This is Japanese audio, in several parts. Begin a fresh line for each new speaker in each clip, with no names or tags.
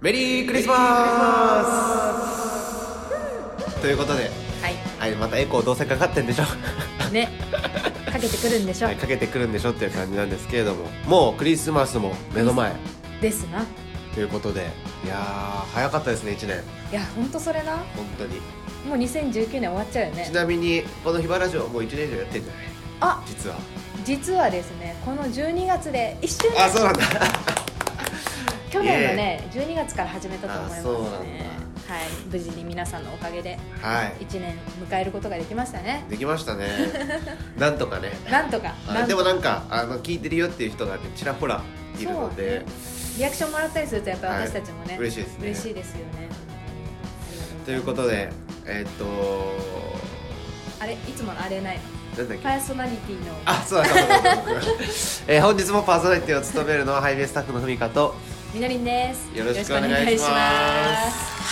メリークリスマスということで、
はい
はい、またエコーどうせかかってんでしょ
ねかけてくるんでしょ、
はいかけてくるんでしょっていう感じなんですけれどももうクリスマスも目の前
ですな
ということでいやー早かったですね1年
いやほんとそれな
本当に
もう2019年終わっちゃうよね
ちなみにこの「ヒバラジオ」もう1年以上やってんじゃない
あ
実は
実はですねこの12月で一周
あ
年
そうなんだ
去年のね12月から始めたと思います
あそうなんだ
ねはい無事に皆さんのおかげで
はい
1年迎えることができましたね
できま したねなんとかね
なんとか
あ
なん
で
と
も
か
なんかあの聞いてるよっていう人がねちらほらいるので、
リアクションもらったりするとやっぱ
はい
私たちもね、
嬉しいですね
嬉しいですよね
ということでえーっと
あれいつものあれない
な
の
んだっけ
パーソナリティの
あそうだそうだそうだえー本日もパーソナリティを務めるのはハイウェイスタッフのふみかと
みのりんです
よろしくお願いします
よろくお願いします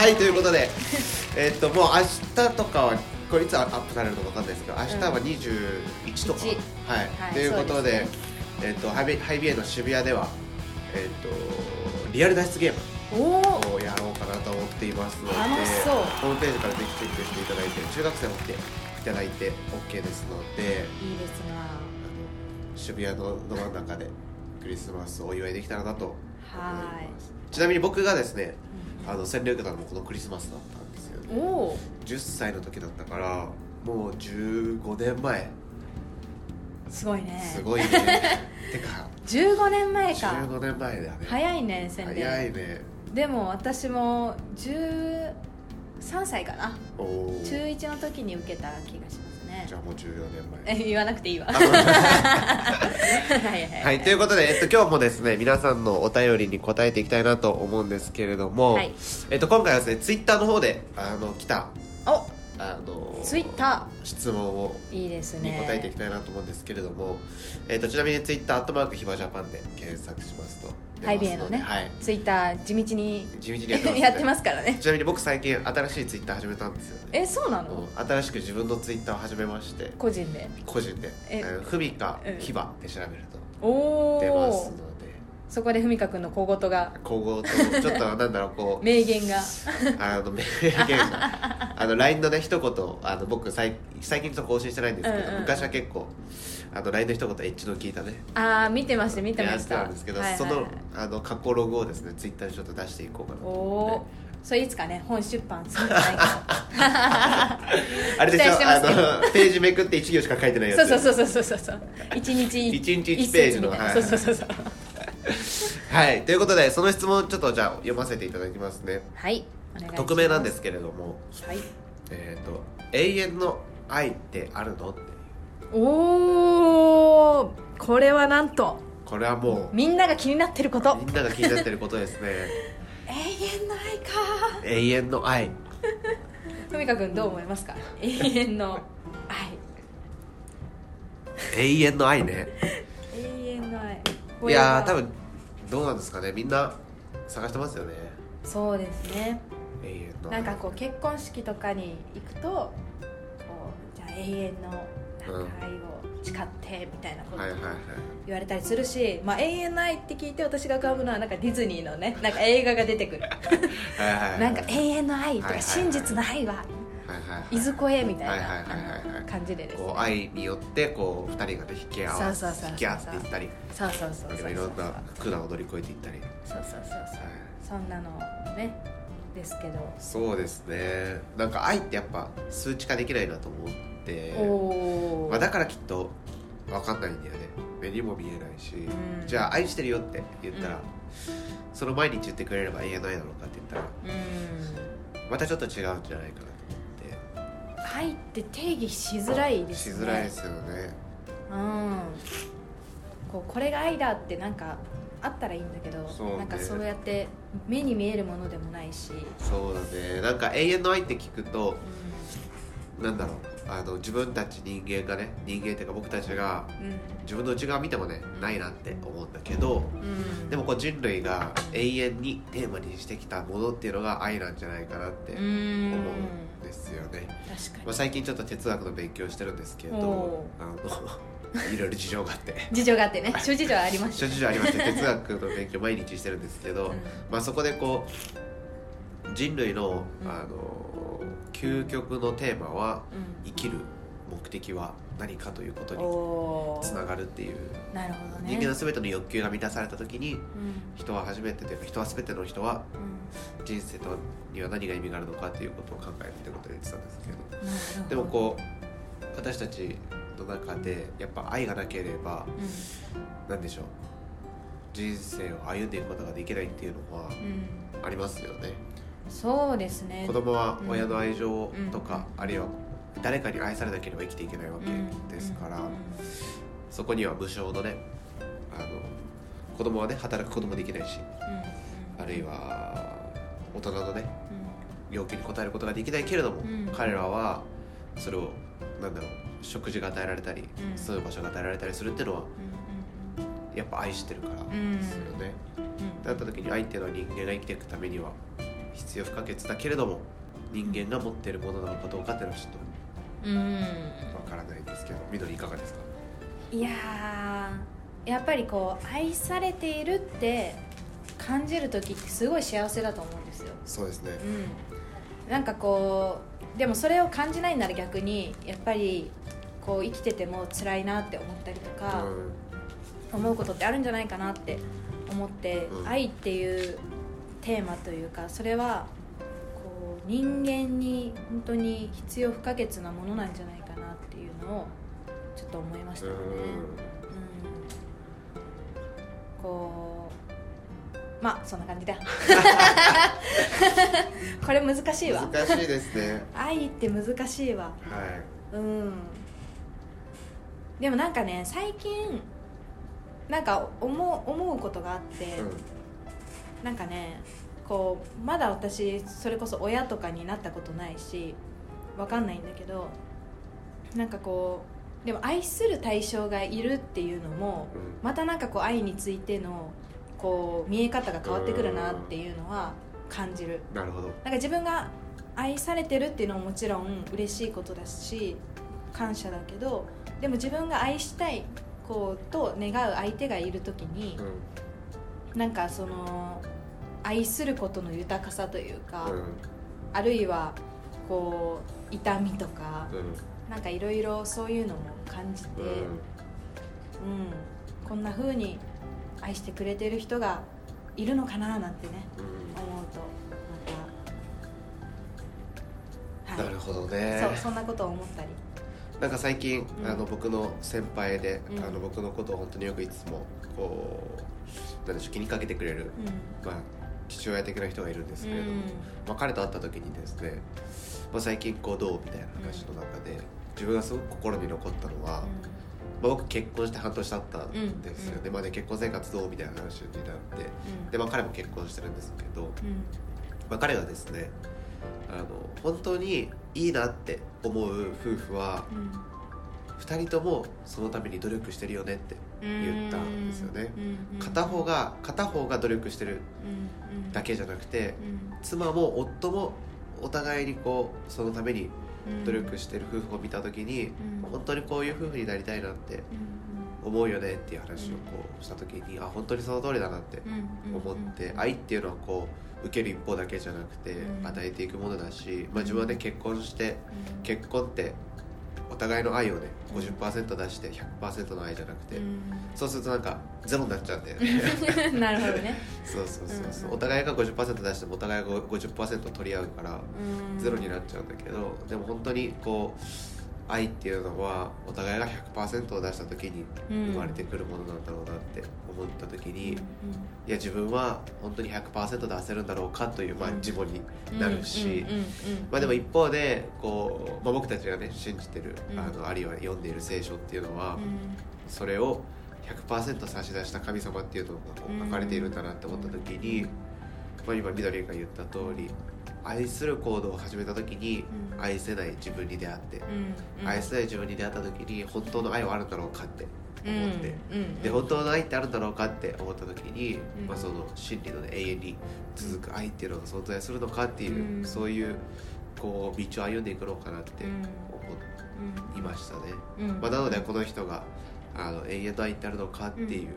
はいということでえーっともう明日とかはこれいつアップされるのかわかんないですけど明日は21とか、
一
はい、
はい
ということで
そうです
えーっとハイビハイビエの渋谷ではえーっとリアル脱出ゲーム
おお
をやろうかなと思っていますので
楽しそう
ホームページからぜひチェックしていただいて中学生も来ていただいて OK ですので
いいです
あ
な
の渋谷のど真ん中でクリスマスをお祝いできたらなと思い
は
ますちなみに僕がですねあの洗礼受けたのもこのクリスマスだったんですよ
おお
10歳の時だったからもう15年前
ーすごいね
すご いねてか
15年前か
15年前だね
早いね宣伝
早いね
でも私も13歳かな
おお
中
ー
1の時に受けた気がしますね
じゃあもう14年前
え言わなくて いいわはいはい
はい、ということで、えっと、今日もですね、皆さんのお便りに答えていきたいなと思うんですけれども、
はい
えっと、今回はですね、ツイッターの方で、あの、来た、
お
あの、
ツイッタ
質問を、
ーいいです
に
ね
答えていきたいなと思うんですけれども、えっと、ちなみにツイッター、アットマーク、ひばジャパンで検索しますと出ますで。
ハイビエのね
はい。
ツイッター地道に
地道にやってます、
やってますからね
ちなみに僕最近新しいツイッター始めたんですよね。
えそうな
あ
の
の新しく自分のツイッターを始めまして、
個人で
個人で、
え
あのふみか
うん、
ひばで調べる
お
と出ますの
お
で、
そこで文香君の小言が
高校とちょっとなんだろう こう
名言が
あ の名言があの LINE のね一言あの僕最最近ちょっと更新してないんですけど、
うんうん
昔は結構あの LINE の一言エッジの効いたね
ああ見てました見てました
やつなんですけど、
はいはい
そのあの過去ログをですねツイッターでちょっと出していこうかな
お
と思
お
って
ーそれいつかね本出版するんじゃないかと
あれでしょ
期待してますけど
あのページめくって1行しか書いてないやつ
そうそうそうそうそうそう一日
一日
一
一ページの
みたいな
はい
そうそうそうそう
はいということでその質問ちょっとじゃあ読ませていただきますね
はいお願いします
匿名なんですけれども
はい
えっ、と「永遠の愛ってあるの?」っていう
おおこれはなんと
これはもう
みんなが気になってること
みんなが気になってることです ね
永遠の愛か
永遠の愛
ふみかくんどう思いますか永遠の
永遠の愛ね
愛永遠の愛
いやー多分どうなんですかねみんな探してますよね
そうですね
永遠の
な
愛
んかこう結婚式とかに行くとこうじゃあ永遠のなんか愛を誓ってみたいなこと
はいはいはい
言われたりするし、まあ、永遠の愛って聞いて私が浮かぶのはなんかディズニーのねなんか映画が出てくる
はいはいはい
なんか永遠の愛と
はいはいは
か
い
真実の愛は
はいはいはい
いずこへみたい
はいはいはいはいはい
なあの感じでですね
こう愛によってこう二人がね引き合わせ
そうそうそうそう
引き合っていったり
そうそうそうそうそう
いろんな苦難を乗り越えていったり
そうそうそうそうそんなのねですけど、
そうですねなんか愛ってやっぱ数値化できないなと思って
おお、
まあ、だからきっと分かんないんだよね目にも見えないし、
うん
じゃあ愛してるよって言ったら、
うん
その毎日言ってくれれば言えないだろうかって言ったら
うん
またちょっと違うんじゃないかなと
愛って定義しづらい
思って
です
し
ね
づらいですよね
うんこうこれが愛だってなんかあったらいいんだけど、
そうね
なんかそうやって目に見えるものでもないし、
そうだねなんか永遠の愛って聞くとなんだろうあの自分たち人間がね人間っていうか僕たちが
う
自分の内側見てもねないなって思うんだけど
んうん、
でもこう人類が永遠にテーマにしてきたものっていうのが愛なんじゃないかなって
う
思
ん
うんですよね、ま
確か
あ、
に
最近ちょっと哲学の勉強してるんですけど
お
あのいろいろ事情があって
事情があってね諸事情あります
諸事情ありまして哲学の勉強毎日してるんですけど、
うん
まあ、そこでこう人類の
うん
あの究極のテーマは
うん
生きる目的は何かということに
お
つ
ー
ながるっていう
なるほどね
人間の全ての欲求が満たされた時に
うん
人は初めてというか人は全ての人は人生とには何が意味があるのかっていうことを考えるってことを言ってたんですけど
うんなるほど
でもこう私たちの中でやっぱ愛がなければ
うん
何でしょう人生を歩んでいくことができないっていうのは
うん
ありますよね
そうですね
子供は親の愛情とか、
う
あるいは誰かに愛されなければ生きていけないわけですから、そこには無償のねあの子供はね働くこともできないしあるいは大人のね要求に応えることができないけれども、
うん
彼らはそれをなんだろう食事が与えられたり、
うん
住む場所が与えられたりするっていうのはやっぱ愛してるからですよね。だった時に愛っていうのは人間が生きていくためには必要不可欠だけれども人間が持っているものなのかどうかっていうのはちょっとわからないんですけど緑いかがですか
いやーやっぱりこう愛されているって感じる時ってすごい幸せだと思うんですよ、
そうですね
うん、なんかこうでもそれを感じないなら逆にやっぱりこう生きてても辛いなって思ったりと
う
か、思うことってあるんじゃないかなって思って、
うん
愛っていうテーマというかそれはこう人間に本当に必要不可欠なものなんじゃないかなっていうのをちょっと思いましたね。うんこうまあそんな感じだ これ難しいわ
難しいですね
愛って難しいわ
はい
うんでもなんかね最近なんか思う思うことがあって、なんかねこうまだ私それこそ親とかになったことないしわかんないんだけどなんかこうでも愛する対象がいるっていうのも
う
またなんかこう愛についてのこう見え方が変わってくるなっていうのは感じる
ん、なるほど
なんか自分が愛されてるっていうのももちろん嬉しいことだし感謝だけどでも自分が愛したい子と願う相手がいる時に
うん
なんかその愛することの豊かさというか、
うん
あるいはこう痛みとか
うん
なんかいろいろそういうのも感じて、うんこんな風に愛してくれてる人がいるのかななんてね
う
思うと
ん
また、
な
はい
るほどね
そうそんなことを思ったり、
なんか最近、
うん
あの僕の先輩で、
うん
あの僕のことを本当によくいつもこうなんでしょう気にかけてくれる、
うん
まあ、父親的な人がいるんですけれども、
うん
まあ、彼と会った時にですね、まあ、最近こうどうみたいな話の中で、自分がすごく心に残ったのは、まあ、僕結婚して半年経ったんですよね、
うんうん
まあね、結婚生活どうみたいな話になって
うん
で、まあ、彼も結婚してるんですけど、
うん
まあ、彼はですねあの本当にいいなって思う夫婦は
うん
2人ともそのために努力してるよねって言ったんですよね
うんうん
片方が片方が努力してる
うんうん
だけじゃなくて
うん
妻も夫もお互いにこうそのために
うん
努力してる夫婦を見た時に
うん
本当にこういう夫婦になりたいなって
うん
思うよねっていう話をこうした時にあ本当にその通りだなって
うんうん
思って
うん
愛っていうのはこう受ける一方だけじゃなくて
うん
与えていくものだし、まあ、自分はね結婚して
うん
結婚ってお互いの愛をね50%出して100%の愛じゃなくて、そうするとなんかゼロになっちゃうんだよ ね
うんなるほどね
そうそうそうそう、
うんう
お
ん
互いが50%出してもお互いが50%取り合うから
うん
ゼロになっちゃうんだけどでも本当にこう愛っていうのはお互いが100%を出した時に生まれてくるものなんだろうなって思った時に、いや自分は本当に100%出せるんだろうかという、まあ、自問になるし。
うんうんうんうん
まあ、でも一方でこう、まあ、僕たちがね信じてる、
うん
あのあるいは読んでいる聖書っていうのは、
うん
それを100%差し出した神様っていうのがこ
うん
う書かれているんだなって思った時に、まあ、今緑が言った通り愛する行動を始めた時に
うん
愛せない自分に出会って、
うんうん
愛せない自分に出会った時に本当の愛はあるんだろうかって思って。
うんうん
で本当の愛ってあるんだろうかって思った時に、
うん
まあ、その真理の、ね、永遠に続く愛っていうのが存在するのかっていう、
うん
そういうこう道を歩んでいくのかなって
うん
思いましたね、
うん
まあ、なのでこの人があの永遠の愛ってあるのかっていう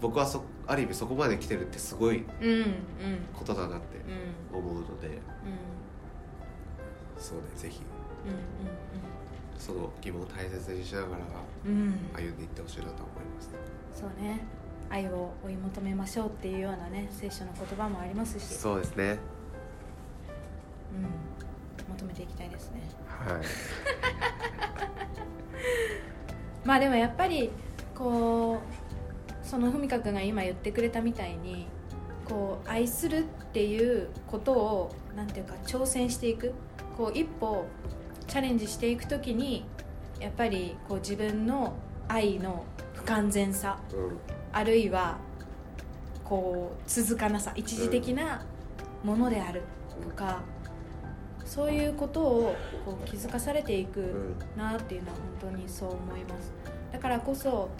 僕はそある意味そこまで来てるってすごい
うんうん
ことだなって
うん
思うので
うん
そうねぜひ
う
その疑問を大切にしながら
んうんうんうん
歩んでいってほしいなと思います
そうね愛を追い求めましょうっていうようなね聖書の言葉もありますし
そうですね
うん、求めていきたいですね
はい
まあでもやっぱりこうその文香君が今言ってくれたみたいにこう愛するっていうことをなんていうか挑戦していくこう一歩チャレンジしていくときにやっぱりこう自分の愛の不完全さ
うん
あるいはこう続かなさ一時的なものであるとか、そういうことをこう気づかされていくなっていうのは本当にそう思いますだからこそ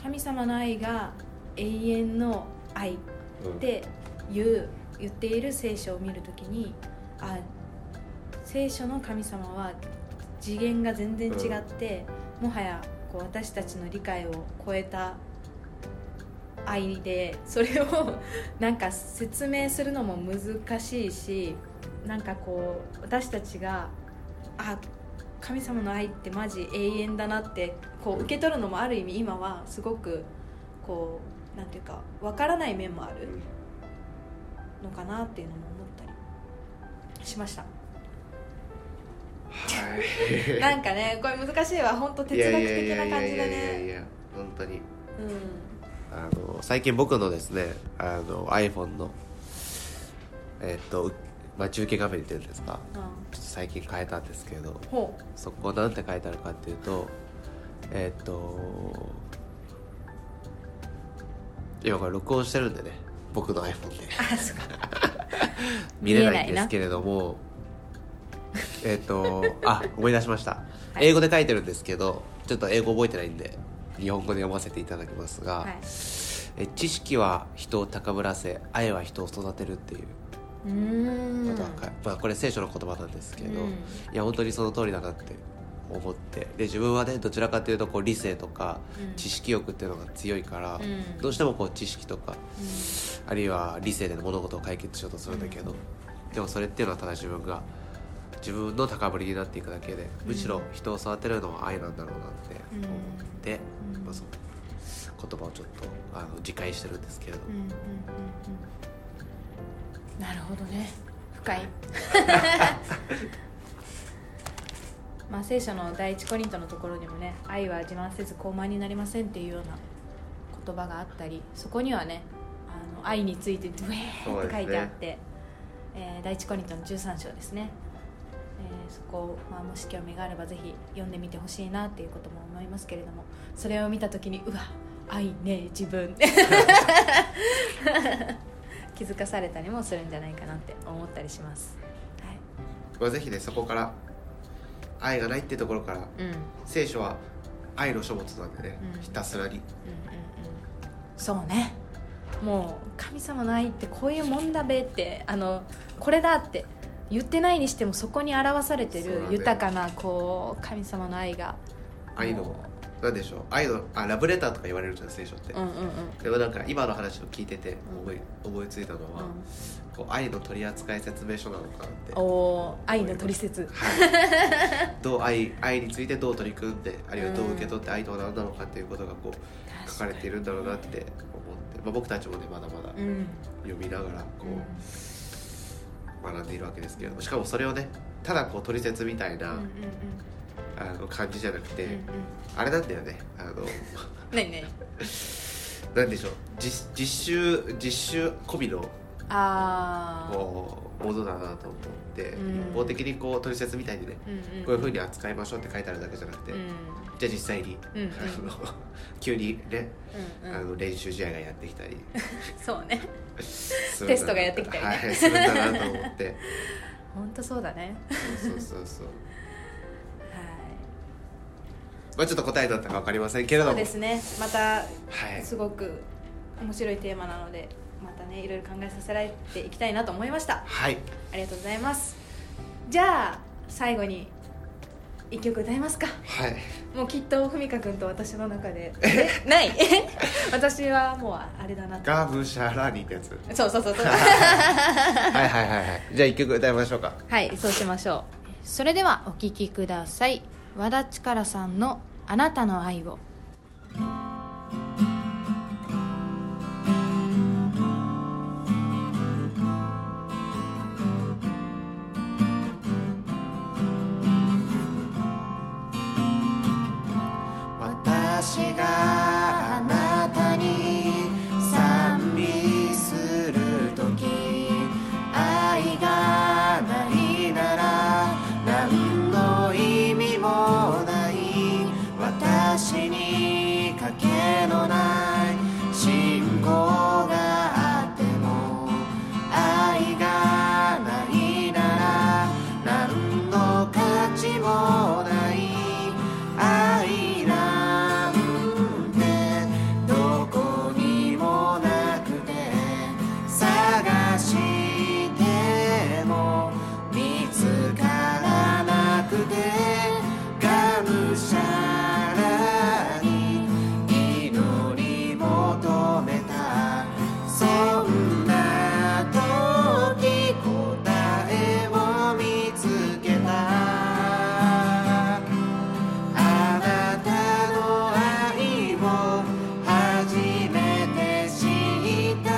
神様の愛が永遠の愛っ
うん
ていう言っている聖書を見るときにあ聖書の神様は次元が全然違って、もはやこう私たちの理解を超えた愛でそれを なんか説明するのも難しいしなんかこう私たちがあ神様の愛ってマジ永遠だなってこう受け取るのもある意味今はすごくこうなんていうかわからない面もあるのかなっていうのも思ったりしました。
はい
なんかねこれ難しいわ本当哲学的な感じだ
いやいやいやいやい
ね
や本当に
うん
あの最近僕のですねあの iPhone のえっと待ち受け画面っていうんですか
あ
ちょっと最近変えたんですけど
ほ
そこなんて書いてあるかっていうとえっと今これ録音してるんでね僕の iPhone で
うあそうか
見れないんですけれどもえっとあ思い出しました、
い
英語で書いてるんですけどちょっと英語覚えてないんで日本語で読ませていただきますが、
はい
え知識は人を高ぶらせ愛は人を育てるっていう
うー
こ
ん
とは書い、まあ、これ聖書の言葉なんですけど、
うん
いや本当にその通りだなって思ってで自分はねどちらかというとこう理性とか
うん
知識欲っていうのが強いから、
うん
どうしてもこう知識とか
う
あるいは理性で物事を解決しようとするんだけど、でもそれっていうのはただ自分が自分の高ぶりになっていくだけでむしろ人を育てるのは愛なんだろうなって思って、
うん
まあ、その言葉をちょっとあの自戒してるんですけれど、
んうんうんうんうんなるほどね深いまあ聖書の第一コリントのところにもね「愛は自慢せず高慢になりません」っていうような言葉があったりそこにはねあの愛についてドゥエーって書いてあって、えー第一コリントの13章ですね、えーそこを、まあ、もし興味があればぜひ読んでみてほしいなっていうことも思いますけれどもそれを見た時にうわ愛ねえ自 分気づかされたりもするんじゃないかなって思ったりしますは
まあ、ぜひねそこから愛がないってところから
い、うん、うんうん
聖書は愛の書物なんでね、
うん
ひたすらに
うんそうねもう神様の愛ってこういうもんだべってあのこれだって言ってないにしてもそこに表されて
そう
る
だね
豊かなこう神様の愛が
愛の
も
なんでしょう愛のあラブレターとか言われるじゃん聖書って、
ううんうんうん
でもなんか今の話を聞いてて
うん
思い,、思いついたのは、こう愛の取扱説明書なのかなって
うんおー愛の取説
はい、どう愛愛についてどう取り組んであるいはどう受け取って愛とは何なのかっていうことがこう書かれているんだろうなって思って、まあ、僕たちもねまだまだ
うん
読みながらこ
うん
う学んでいるわけですけれどもしかもそれをねただこう取説みたいな、
うんうん
あの感じじゃなくて、
うんうんうん
あれなんだよねあの
何何
なんでしょう実実習実習込みの
ああ
こうものだなと思って、
うん
一方的にこう取説みたいにね
うんうん
こういうふうに扱いましょうって書いてあるだけじゃなくて、
うん
じゃあ実際に、
うんうん
あの 急にね、
うんうん
あの練習試合がやってきた り
そうね
するんだな
テストがやってきたりね
はい、するんだなと思って
本当そうだね
そうそうそうそう
はい
まあちょっと答えだったか分かりませんけれど
そう
も
ですねまた
はい
すごく面白いテーマなのでまたねいろいろ考えさせられていきたいなと思いました
はい
ありがとうございますじゃあ最後に一曲歌いますか
はい
もうきっとふみかくんと私の中でえない 私はもうあれだなと
ガブシャラニって やつ
そうそうそうそう
はいはいはいはいじゃあ一曲歌いましょうか
はいそうしましょうそれではお聴きください和田力さんの「あなたの愛を」
私があなたに賛美する時愛がないなら何の意味もない私に賭けのない信仰があっても愛がないなら何の価値もない愛なんてどこにもなくて探しても見つからなくてがむしゃらに祈り求めたそんな時答えを見つけた「あなたの愛を初めて知った」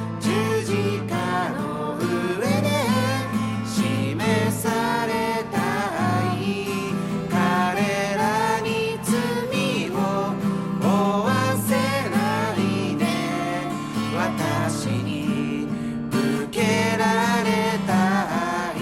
「十字架の上で示された愛」「彼らに罪を負わせないで」「私に受けられた愛」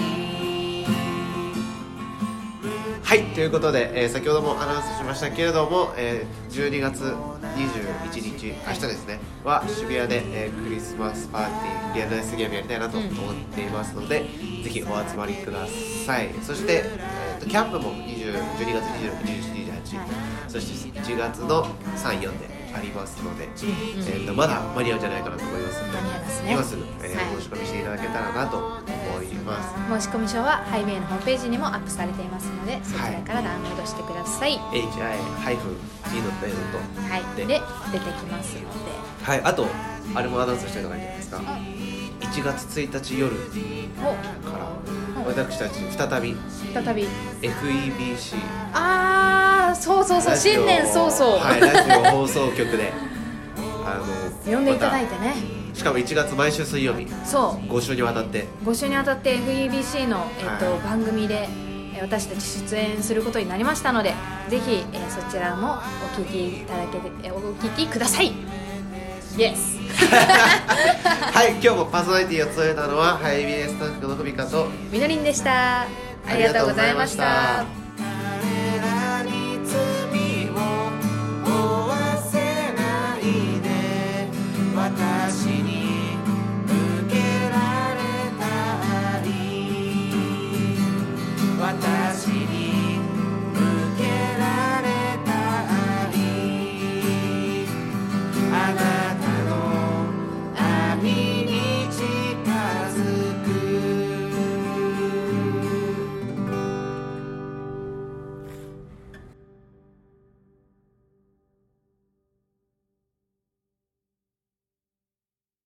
はいということで、えー先ほどもアナウンスしましたけれども、えー12月21日明日ですねは渋谷で、えークリスマスパーティーリアルナイスゲームやりたいなと思っていますので、ぜひお集まりくださいそして、えーとキャンプも20 12月262728、
はい
そして1月の34でありますので、
んうん
えーとまだ間に合うんじゃないかなと思いますので
間に合いますね
今すぐ、えー
はい
お申し込みしていただけたらなと思います
申し込み書はハイウェイのホームページにもアップされていますのでそちらからダウンロードしてください、は
hi-g.a.com
いで出てきますので
はい、あとあれもアナウンスしていただいていいですか
あ
1月1日夜から
お
私たち再び
再び
FEBC
ああそうそうそう
ラジオ
新年早々、
はい、ラジオ放送局 であの
呼んでいただい
ま
てね、
たしかも1月毎週水曜日
そう
5週にわたって
5週にあたって FEBC の、えっと
はい
番組でえー私たち出演することになりましたのでぜひ、えーそちらもお聞きいただけてえーお聞きくださいイエス
はい今日もパーソナリティを務めたのはハイビエスタッフのふみかと
みのりんでしたありがとうございました
ありがとうございました